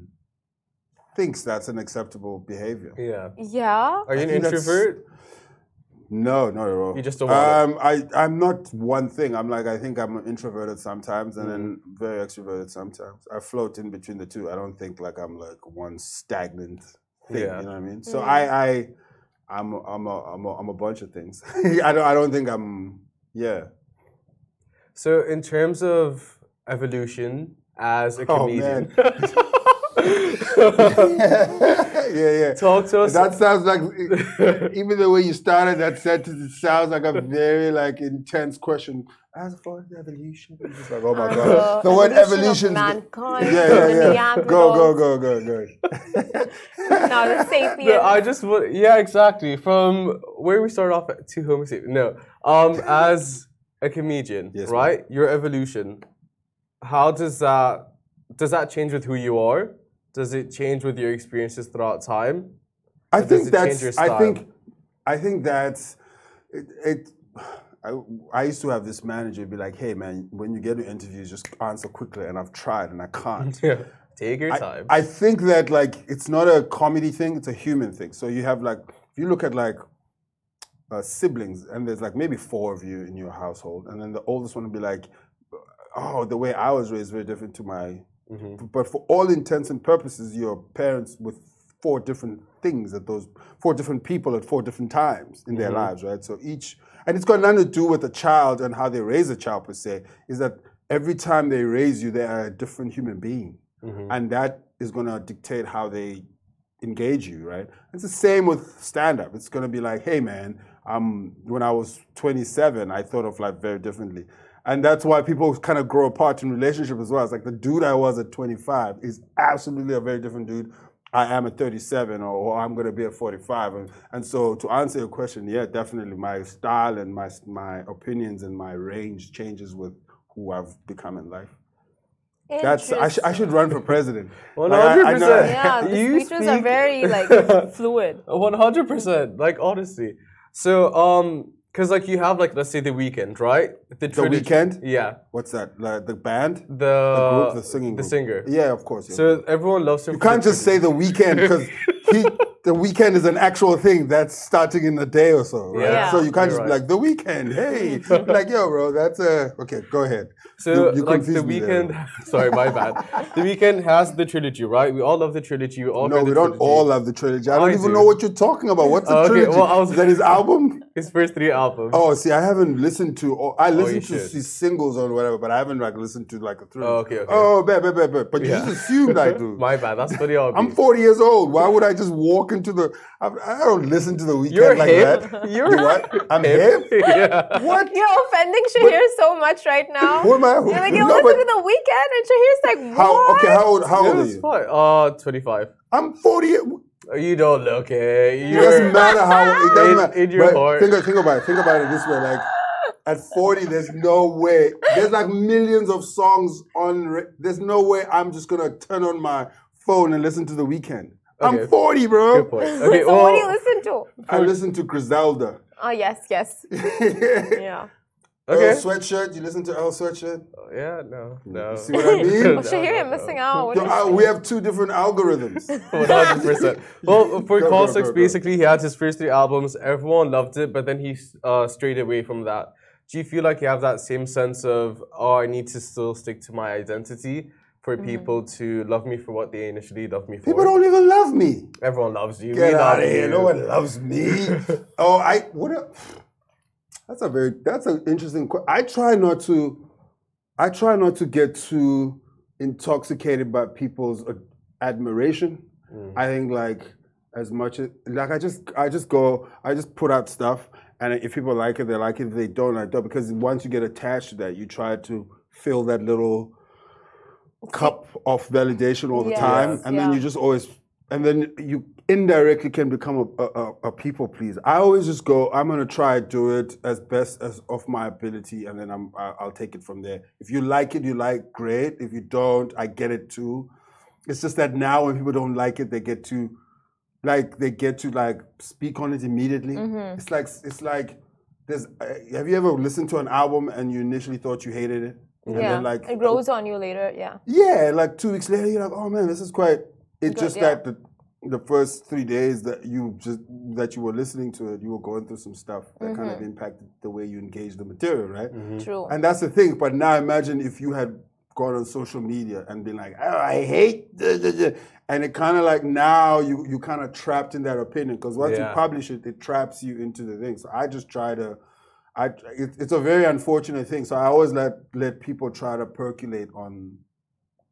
C: thinks that's an acceptable behavior.
B: Yeah.
A: yeah,
B: Are you an
C: think that's-
B: introvert?
C: No, not at all.
B: You just don't want
C: um, I, I'm not one thing. I'm like, I think I'm introverted sometimes and then
B: Mm-hmm.
C: very extroverted sometimes. I float in between the two. I don't think like I'm like one stagnant thing.
B: Yeah.
C: You know what I mean? So I, I, I'm, a, I'm, a, I'm, a, I'm a bunch of things. I don't, I don't think I'm. Yeah.
B: So in terms of evolution as a
C: Oh,
B: comedian,
C: yeah, yeah.
B: talk to us.
C: That sounds like e-, even the way you started that sentence, it sounds like a very like intense question. As for evolution, it's just like oh my god, the word
A: Uh, evolution
C: evolution.
A: of mankind,
C: Yeah, yeah, yeah.
A: the
C: Go, go,
A: Neanderthals,
C: go, go, go.
A: Now the sapiens.
B: No, I just wa- yeah, exactly. From where we start off at- to Homo sapiens. No, um, as a comedian,
C: Yes, ma'am.
B: right? Your evolution. How does that does that change with who you are? Does it change with your experiences throughout time?
C: I
B: does it
C: think
B: change
C: that's.
B: your
C: I think.
B: style?
C: I think that's. It. it I, I used to have this manager be like, "Hey man, when you get to interviews, just answer quickly." And I've tried, and I can't.
B: Yeah. Take your time.
C: I think that like it's not a comedy thing; it's a human thing. So you have like if you look at like uh, siblings, and there's like maybe four of you in your household, and then the oldest one will be like, "Oh, the way I was raised is very different to my." But for all intents and purposes, your parents with four different things at those four different people at four different times in their lives, right? So each and it's got nothing to do with the child and how they raise a child per se. Is that every time they raise you, they are a different human being and that is going to dictate how they engage you, right? It's the same with stand up. It's going to be like, hey, man, um, when I was 27, I thought of life very differently. And that's why people kind of grow apart in relationship as well. It's like the dude I was at 25 is absolutely a very different dude I am at 37 or, or I'm going to be at 45. And, and so to answer your question, yeah, definitely my style and my, my opinions and my range changes with who I've become in life. That's I, sh- I should run for president.
B: One
C: Like, I-
B: hundred
C: I know-
B: percent.
A: Yeah, the
B: You
A: speeches are
B: speak-
A: very like fluid.
B: One hundred percent. Like honestly, so um, cause like you have like let's say the weekend, right? The, trilogy-
C: Weeknd?
B: Yeah.
C: What's that? Like the band?
B: The,
C: the group, the singing
B: Uh, the
C: group.
B: singer.
C: Yeah, of course. yeah.
B: So everyone loves him.
C: you can't just say the weekend because he the weekend is an actual thing that's starting in a day or so, right?
A: Yeah.
C: So you can't
B: You're
C: just be
B: right.
C: like the weekend, hey, like yo, bro, that's a okay. Go ahead.
B: So
C: You- you
B: like the
C: confused me there.
B: weekend. Sorry, my bad. The weekend has the trilogy, right? We all love the trilogy. We all
C: No,
B: heard
C: we
B: the
C: don't
B: trilogy.
C: all love the trilogy. I don't
B: I
C: even
B: do.
C: know what you're talking about. What's the
B: Okay,
C: trilogy?
B: well, I was-
C: Is that his album?
B: his first three albums.
C: Oh, see, I haven't listened to. All, I listen to
B: Oh, should.
C: these singles or whatever, but I haven't like listened to like a trilogy.
B: Oh, okay, okay.
C: Oh, bad, bad, bad, bad. But you just assumed I do.
B: my bad. That's pretty obvious.
C: I'm 40 years old. Why would I just walk into the? I, I don't listen to the weekend
B: You're
C: like
B: hip.
C: that.
B: You're
C: Do what? I'm hip.
B: yeah.
C: What?
A: You're offending Shahir so much right now.
C: Who am I?
A: You're like, you
C: No,
A: listen
C: but
A: to the weekend, and Shahir's like, what?
C: how? Okay, how old? How
B: Yeah,
C: old are
B: it's
C: you?
B: fine. Uh, 25.
C: I'm 40. It
B: You don't look it.
C: doesn't matter how. It doesn't
B: In-
C: matter.
B: in your
C: But
B: heart.
C: Think, think about it. Think about it this way. Like at 40, there's no way. There's like millions of songs on. re- There's no way I'm just gonna turn on my phone and listen to the weekend.
B: Okay.
C: I'm 40, bro.
B: Good point. Okay,
A: so what do you
B: well,
A: listen to?
C: I listen to Griselda.
A: Oh yes, yes, yeah.
B: okay.
C: Earl Sweatshirt. You listen to Earl Sweatshirt?
B: Yeah, no, no.
C: You see what I mean?
A: Oh, Shahir, you're missing out. What
C: Yo,
A: is
C: I- we have two different algorithms.
B: One hundred percent. Well, for
C: Go, go,
B: Call
C: go,
B: Six,
C: go.
B: basically, he had his first three albums. Everyone loved it, but then he uh, strayed away from that. Do you feel like you have that same sense of, oh, I need to still stick to my identity for
A: Mm-hmm.
B: people to love me for what they initially loved me for?
C: People don't even love me.
B: Everyone loves you.
C: Get
B: we
C: out
B: love
C: of here.
B: you.
C: No one loves me. oh, I what? A, that's a very that's an interesting. que- I try not to, I try not to get too intoxicated by people's a- admiration. I think like as much as like I just I just go I just put out stuff and if people like it they like it if they don't I don't because once you get attached to that you try to fill that little cup of validation all the
A: Yes,
C: time and then
A: yeah.
C: you just always and then you indirectly can become a, a, a- a people pleaser i always just go i'm going to try do it as best as of my ability and then I'm, I- i'll take it from there if you like it you like great if you don't i get it too it's just that now when people don't like it they get to like they get to like speak on it immediately
A: Mm-hmm.
C: it's like it's like there's uh, have you ever listened to an album and you initially thought you hated it and
A: Yeah,
C: then like
A: it grows on you later. Yeah,
C: yeah, like two weeks later, you're like, oh man, this is quite. It's just
A: yeah.
C: that the, the first three days that you just that you were listening to it, you were going through some stuff that kind of impacted the way you engage the material, right?
A: true.
C: Mm. And that's the thing. But now imagine if you had gone on social media and been like, oh, I hate, da, da, da," and it kind of like now you you kind of trapped in that opinion because once
B: Yeah.
C: you publish it, it traps you into the thing. So I just try to. I, it, it's a very unfortunate thing. So I always let let people try to percolate on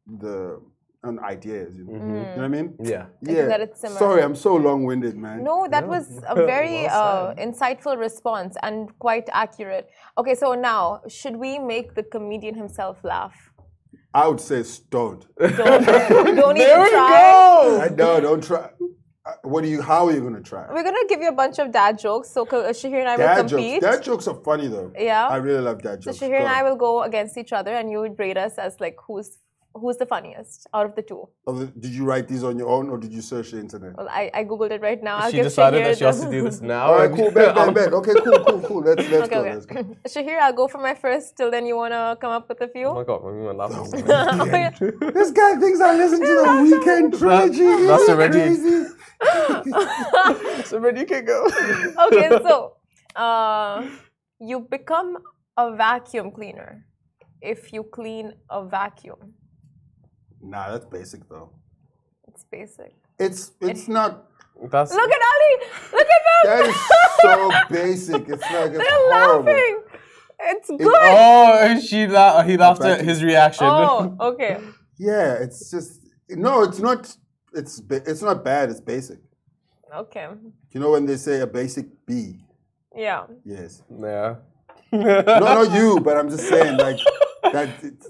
C: the on ideas. You know, you know what I mean?
B: Yeah.
C: Yeah.
A: let it simmer.
C: Sorry, I'm so long winded, man.
A: No, that was a very
B: Well
A: uh, insightful response and quite accurate. Okay, so now should we make the comedian himself laugh?
C: I would say stoned.
A: Don't, don't even try.
B: go.
C: I know. Don't try. Uh, What do you? How are you gonna try?
A: We're gonna give you a bunch of dad jokes. So Ka- uh, Shahir and I will
C: Dad jokes.
A: compete.
C: Dad jokes are funny though.
A: Yeah.
C: I really love dad
A: so
C: jokes.
A: Shahir and
C: Go.
A: I will go against each other, and you would rate us as like who's who's the funniest out of the two.
C: Of the- Did you write these on your own or did you search the internet?
A: Well, I, I googled it right now. I'll
B: She
A: give
B: decided
A: Shahir
B: that she has
A: the-
B: to do this now. Oh
C: All right,
B: and-
C: cool. Bet, bet, bet. Okay, cool, cool, cool. Let's let's
A: Okay,
C: go.
A: okay.
C: Let's go.
A: Shahir, I'll go for my first. Till then, you wanna come up with a few?
B: Oh my god, I'm laughing.
C: This guy thinks I listen to the Weekend trilogy.
B: that's
C: He's
B: already-
C: crazy.
B: so man, you can go.
A: okay, so uh, you become a vacuum cleaner if you clean a vacuum.
C: Nah, that's basic though.
A: It's basic.
C: It's it's not.
B: That's
A: Look at Ali! Look at them!
C: That is so basic. It's like it's
A: They're
C: horrible.
A: laughing! It's good!
B: Oh, and she la- he laughed at his reaction.
A: Oh, okay.
C: Yeah, it's just no. It's not. It's ba- it's not bad. It's basic.
A: Okay.
C: You know when they say a basic B.
A: Yeah.
C: Yes.
B: Yeah.
C: No, not you, but I'm just saying like that. It's,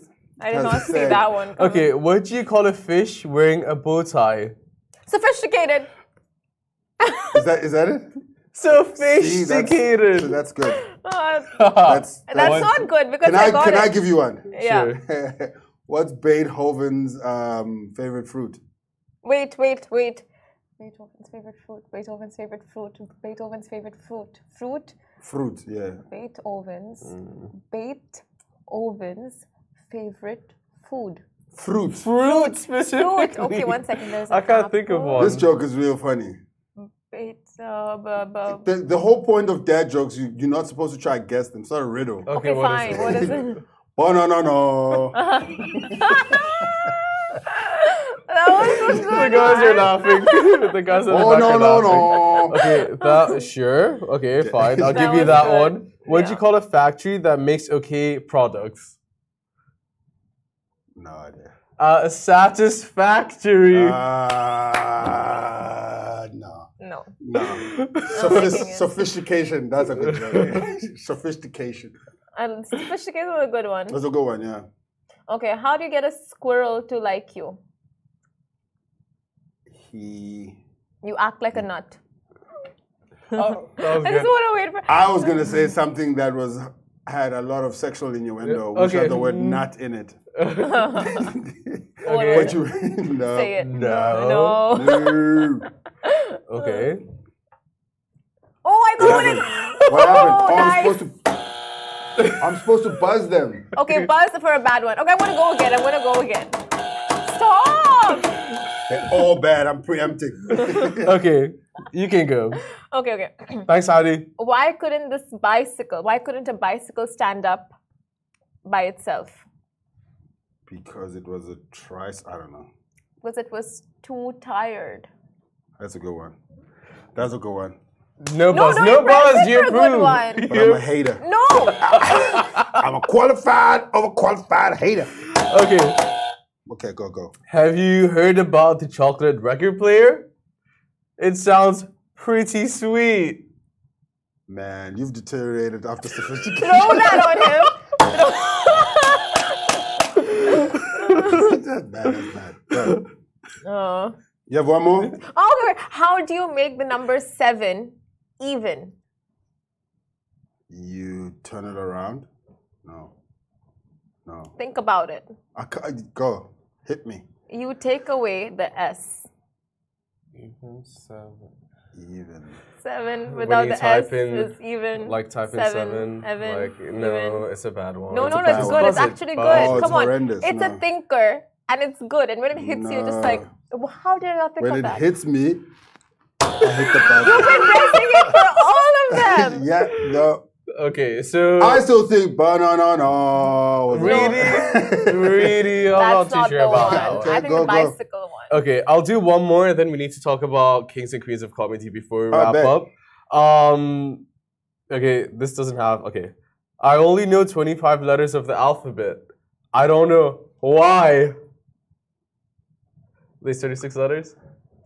A: I did not
C: That's
A: see
C: sad.
A: that one. coming.
B: Okay, what do you call a fish wearing a bow tie?
A: Sophisticated!
C: is that is that it? See, that's-
B: Sophisticated.
C: That's good.
A: Uh,
C: That's
A: that's
C: that's-
A: not good because
C: Can I
A: got
C: can
A: it.
C: I give you one?
A: yeah.
B: Sure.
C: Wh- What's Beethoven's um, favorite fruit?
A: Wait, wait, wait. Beethoven's favorite fruit. Beethoven's favorite fruit. Beethoven's favorite fruit. Fruit.
C: Fruit, yeah.
A: Beethoven's.
C: Mm.
A: Beethoven's favorite food.
C: Fruit.
B: Fruit
A: Fruit.
B: specifically.
A: Okay, one second. There's.
B: I
A: I
B: can't think of one.
C: This joke is real funny.
A: It's uh, bu- bu-
C: The, the whole point of dad jokes, you, you're not supposed to try to guess them. It's not a riddle.
B: Okay,
A: okay,
B: what
A: fine.
B: is
A: What
B: it?
A: is it?
C: Oh, no, no, no.
A: that was so
B: the
A: good.
B: guys are
A: man.
B: laughing. the guys in the
C: Oh,
B: back
C: no,
B: are
C: no,
B: laughing.
C: no.
B: Okay, that sure. Okay, fine. I'll
A: That
B: give you
A: was
B: that
A: good.
B: one. What do you
A: Yeah.
B: call a factory that makes okay products?
C: No idea.
B: Uh, satisfactory.
C: Uh. Ah, no.
A: No.
C: No.
A: taking it.
C: Sophis- sophistication. That's a good joke. sophistication.
A: And sophisticated was a good one.
C: That's a good one, yeah.
A: Okay, how do you get a squirrel to like you?
C: He.
A: You act like a nut.
B: Oh, that was
A: I just
B: good.
A: want to wait for.
C: I was gonna
B: um,
C: say something that was had a lot of sexual innuendo,
B: Okay.
C: which
B: Mm-hmm.
C: had the word "nut" in it.
A: What
B: Okay.
A: was
C: But you no,
A: Say it.
B: No.
A: No.
C: Oh, no.
B: Okay.
A: Oh, I got it.
C: What
A: Oh,
C: happened? Oh,
A: nice.
C: I'm supposed to. I'm supposed to buzz them.
A: Okay, buzz for a bad one. Okay, I'm gonna go again. I'm gonna go again. Stop.
C: They're all bad. I'm preempting.
B: Okay. You can go.
A: Okay, okay.
B: Thanks, Hadi.
A: Why couldn't this bicycle? Why couldn't a bicycle stand up by itself?
C: because it was a trice. I don't know.
A: Because it was too tired.
C: That's a good one. That's a good one.
B: No, buzz.
A: don't
B: No
A: impress
B: buzz.
A: it
B: You
A: for a good
B: approve.
A: one.
B: You
C: But I'm a hater.
A: No.
C: I'm a qualified, overqualified hater.
B: Okay.
C: Okay, go go.
B: Have you heard about the chocolate record player? It sounds pretty sweet.
C: Man, you've deteriorated after sophistication.
A: Throw that on him.
C: that's bad. That's bad. Go.
A: Oh.
C: You have one more?
A: Okay. How do you make the number seven even?
C: You turn it around? No. No.
A: Think about it.
C: I can't, go. Hit me.
A: You take away the S.
B: Even seven.
C: Even.
A: Seven
B: you
A: without the
B: type
A: S
B: in,
A: is even.
B: Like type in seven.
A: seven. Evan,
B: like no,
A: even.
B: it's a bad one.
A: No, no, no,
C: bad
A: it's
C: one.
A: good. It's
B: Buzz it,
A: actually
B: buzz
A: good.
B: it.
C: Oh, it's
A: Come on.
C: horrendous,
A: It's a
C: no.
A: thinker and it's good. And when it hits you, you're just like, "Well, how did I not think
C: When
A: of
C: it
A: that?
C: hits me, I hit the buzzer.
A: We're pressing it for all of them.
C: yeah, no.
B: Okay, so
C: I still think banana no. was
B: really, really, I'm not
A: That's
B: too
A: not
B: sure
A: the
B: about Uh,
A: one.
B: that one.
C: Okay,
A: I think
C: go,
A: the
C: go.
A: bicycle one.
B: Okay, I'll do one more and then we need to talk about kings and queens of comedy before we
C: Oh,
B: wrap
C: bet.
B: up. Um okay, this doesn't have okay. I only know 25 letters of the alphabet. I don't know why. There's 36 letters?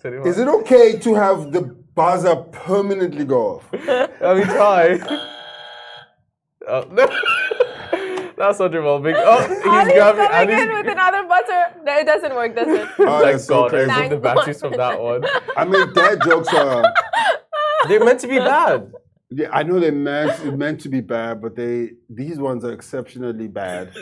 B: 21.
C: Is it okay to have the buzzer permanently go off?
B: Let me try. oh, no. That's not revolving. Oh, he's
A: Ali's
B: grabbing.
A: coming
B: Ali's-
A: in with another buzzer. No, it doesn't work, does it?
C: Oh,
B: Thank
C: that's so
B: God, I
C: crazy.
B: removed the
A: Thank God.
B: batteries from that one.
C: I mean, dad jokes are.
B: They're meant to be bad.
C: Yeah, I know they're meant, meant to be bad, but they these ones are exceptionally bad.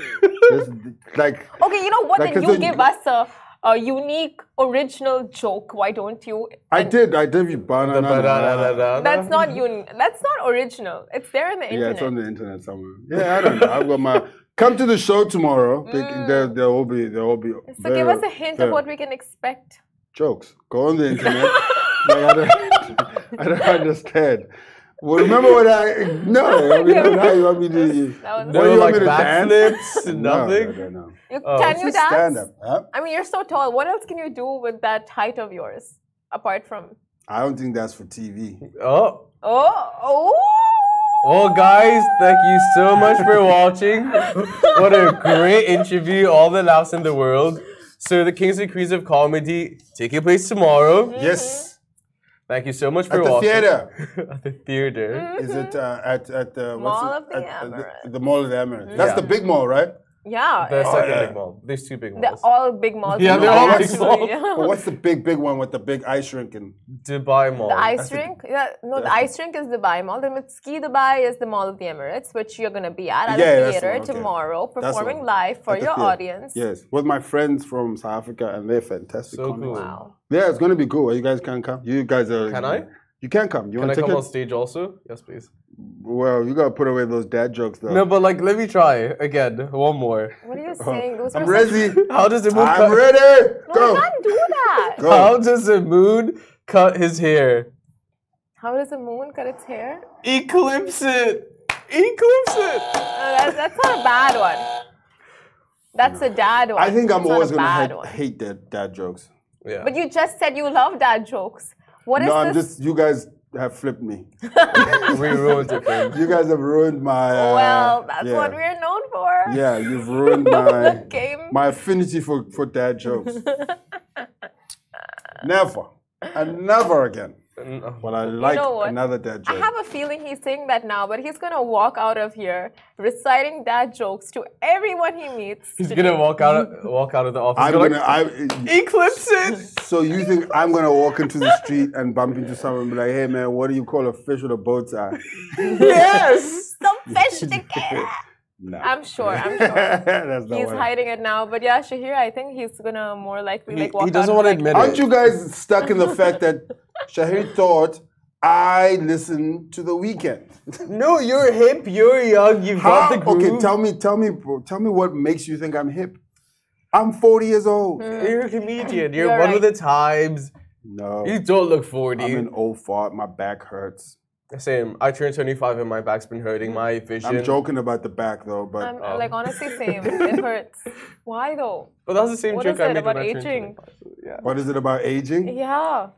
C: This- like
A: Okay, you know what?
C: Like,
A: then
C: it's
A: you
C: a-
A: give us a, a unique, original joke. Why don't you?
C: I
A: And
C: did, I did. You banana.
B: Ba-da-da-da-da-da.
A: That's not un- That's not original. It's there in the
C: Yeah,
A: internet.
C: it's on the internet somewhere. Yeah, I don't know. I've got my. Come to the show tomorrow. They- There, there will be, there will be.
A: Mm. so give us a hint of what we can expect.
C: jokes. Go on the internet. like, I, don't, I don't understand. Well, remember what I no. I mean, now you want me to?
A: That was-
B: No,
C: What, you want
B: like
C: me to dance?
B: backflips,
C: No,
B: nothing.
C: No, no, no.
A: You, can you dance?
C: Stand up. Huh?
A: I mean, you're so tall. What else can you do with that height of yours, apart from?
C: I don't think that's for TV.
A: Mm-hmm.
B: Oh,
A: Oh, oh!
B: well, guys, thank you so much for watching. what a great interview, all the laughs in the world. So, the Kings and Queens of Comedy taking place tomorrow.
C: Yes,
B: Thank you so much for
C: at the
B: watching.
C: theater.
B: At the theater.
C: Is it uh, at at the what's
A: Mall
C: it-
A: of the Mm-hmm.
C: at- at
A: Emirates.
C: The, the Mall of the Emirates. That's
B: Yeah.
C: the big mall, right?
A: Yeah.
B: The
A: it's-
B: second
C: Oh, yeah.
B: big mall. There's two big
A: they're
B: malls.
A: all big malls.
B: Yeah,
A: in
B: they're
A: Dubai,
B: all big
A: actually,
B: malls.
A: yeah.
C: But what's the big, big one with the big eye shrink and
B: Dubai Mall.
A: The ice
C: the-
A: rink, yeah, no, the ice rink is Dubai Mall. The Mitski Dubai is the Mall of the Emirates, which you're gonna be at at
C: Yeah,
A: the
C: that's the
A: theater
C: one, okay.
A: tomorrow,
C: the
A: performing
C: one.
A: live for
C: at the
A: your
C: theater.
A: audience.
C: Yes, with my friends from South Africa, and they're fantastic.
B: So
C: comics.
B: cool.
A: Wow.
C: Yeah, it's gonna be cool. You guys can come. You guys are.
B: Can I?
C: You can come. You
B: Can
C: want
B: I come on
C: tickets?
B: stage also? Yes, please.
C: Well, you gotta put away those dad jokes though.
B: No, but like, let me try again. One more.
A: What are you saying? Those
C: Oh, I'm
A: were such-
C: ready.
B: How does it move?
C: I'm ready.
A: No,
C: Go.
A: you can't do that.
C: Go.
B: How does the moon cut his hair?
A: How does the moon cut its hair?
B: Eclipse it! Eclipse it!
A: No, Oh, that's, that's not a bad one. That's a dad one.
C: I think I'm
A: It's not
C: always
A: a
C: gonna
A: bad
C: hate,
A: one.
C: hate that dad jokes.
B: Yeah.
A: But you just said you love dad jokes. What is
C: no, I'm
A: this?
C: just. You guys have flipped me.
B: we ruined it for him.
C: You guys have ruined my. Uh,
A: well, that's
C: yeah.
A: what we're known for.
C: Yeah, you've ruined
A: the
C: my
A: game.
C: my affinity for for dad jokes. never, and never again.
B: oh
C: But I like
A: know what?
C: another dad
A: I
C: joke.
A: have a feeling he's saying that now, but he's gonna walk out of here reciting dad jokes to everyone he meets.
B: He's
A: today.
B: gonna walk out walk out of the office.
C: I'm
B: go
C: gonna.
B: like,
C: I,
B: Eclipse it!
C: so you think I'm gonna walk into the street and bump into someone and be like, "Hey man, what do you call a fish with a bow tie?"
B: yes!
A: Sophisticated.
C: No.
A: I'm sure. I'm sure.
C: That's not
A: He's
C: what I-
A: hiding it now, but yeah, Shahir, I think he's gonna more likely like
B: He-
A: walk
B: he doesn't
A: out
B: wanna
A: and, like,
B: admit it.
C: Aren't you guys stuck in the fact that Shahir thought I listened to the weekend?
B: No, you're hip, you're young, you've got the groove.
C: Ah, Okay, tell me, tell me, bro, tell me what makes you think I'm hip. I'm 40 years old.
A: Mm.
B: You're a comedian, you're,
A: You're
B: one
A: right.
B: of the times.
C: No,
B: You don't look 40.
C: I'm an old fart. My back hurts.
B: Same. I turned 25 and my back's been hurting, my vision.
C: I'm joking about the back though, but
A: I'm like
B: Um,
A: honestly same. It hurts. Why though?
B: But that's the same
A: What
B: joke
A: is
B: I
A: it
B: made
A: about
B: when I turned
A: aging?
B: 25. Yeah.
C: what is it about aging?
A: Yeah.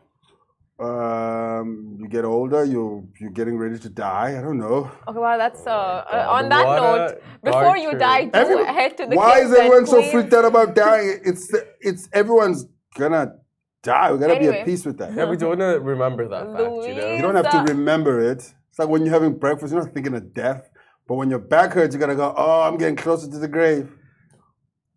C: Um, you get older, you you're getting ready to die. I don't know.
A: Okay, wow, that's uh, uh
B: God,
A: on that
B: what a
A: note. Before you
B: dark
A: die,
B: truth.
A: do
C: Every-
A: head to the
C: Why
A: kings
C: is
A: and
C: everyone so
A: queens.
C: freaked out about dying? It's it's everyone's gonna die. We gotta be
A: Anyway.
C: at peace with that.
B: Yeah, we don't wanna remember that fact, you know?
A: Louise.
C: You don't have to
A: Pizza.
C: remember it. It's like when you're having breakfast, you're not thinking of death. But when your back hurts, you're gonna go, oh, I'm getting closer to the grave.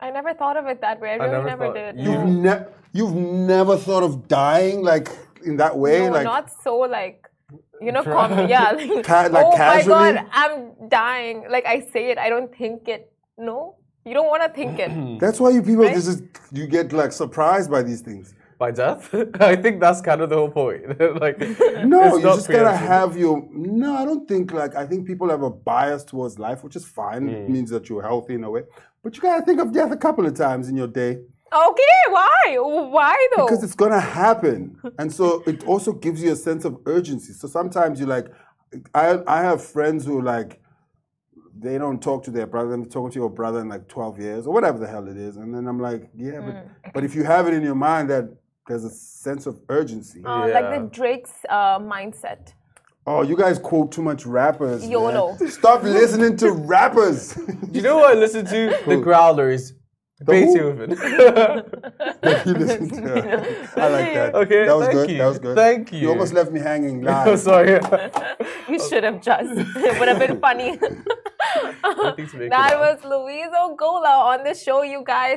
A: I never thought of it that way. I really
B: never
A: never,
B: thought-
A: did.
B: You-
C: You've, ne- you've never thought of dying like in that way,
A: no,
C: like
A: not so like you know,
B: Dra-
A: com- yeah. Like,
C: Ca- like
A: oh my
C: casually?
A: god, I'm dying. Like I say it, I don't think it. No, you don't want to think it.
C: that's why you people
A: Right?
C: just you get like surprised by these things.
B: By death? I think that's kind of the whole point. like,
C: No,
B: it's
C: you
B: not
C: just gotta
B: preemptive.
C: have your. No, I don't think like I think people have a bias towards life, which is fine.
B: Mm.
C: It means that you're healthy in a way, but you gotta think of death a couple of times in your day.
A: Okay, why? Why though?
B: Oh.
C: because it's gonna happen and so it also gives you a sense of urgency so sometimes you like i i have friends who like they don't talk to their brother and they're talking to your brother in like 12 years or whatever the hell it is and then i'm like yeah
B: Mm,
C: but but if you have it in your mind that there's a sense of urgency
A: Uh, Like the
B: Yeah.
A: Drake's uh, mindset.
C: oh you guys quote too much rappers man.
A: YOLO.
C: stop listening to rappers
B: You know what I listen to? The Growlers. Beethoven.
C: You listen to- i like that
B: Okay,
C: that was
B: thank
C: good
B: you.
C: that was good
B: Thank you.
C: you almost left me hanging
B: I'm
C: live
B: sorry.
A: You
B: Oh.
A: should have just. It would have been funny.
B: Nothing's making
A: that
B: up.
A: was Luis Ogola on the show, you guys.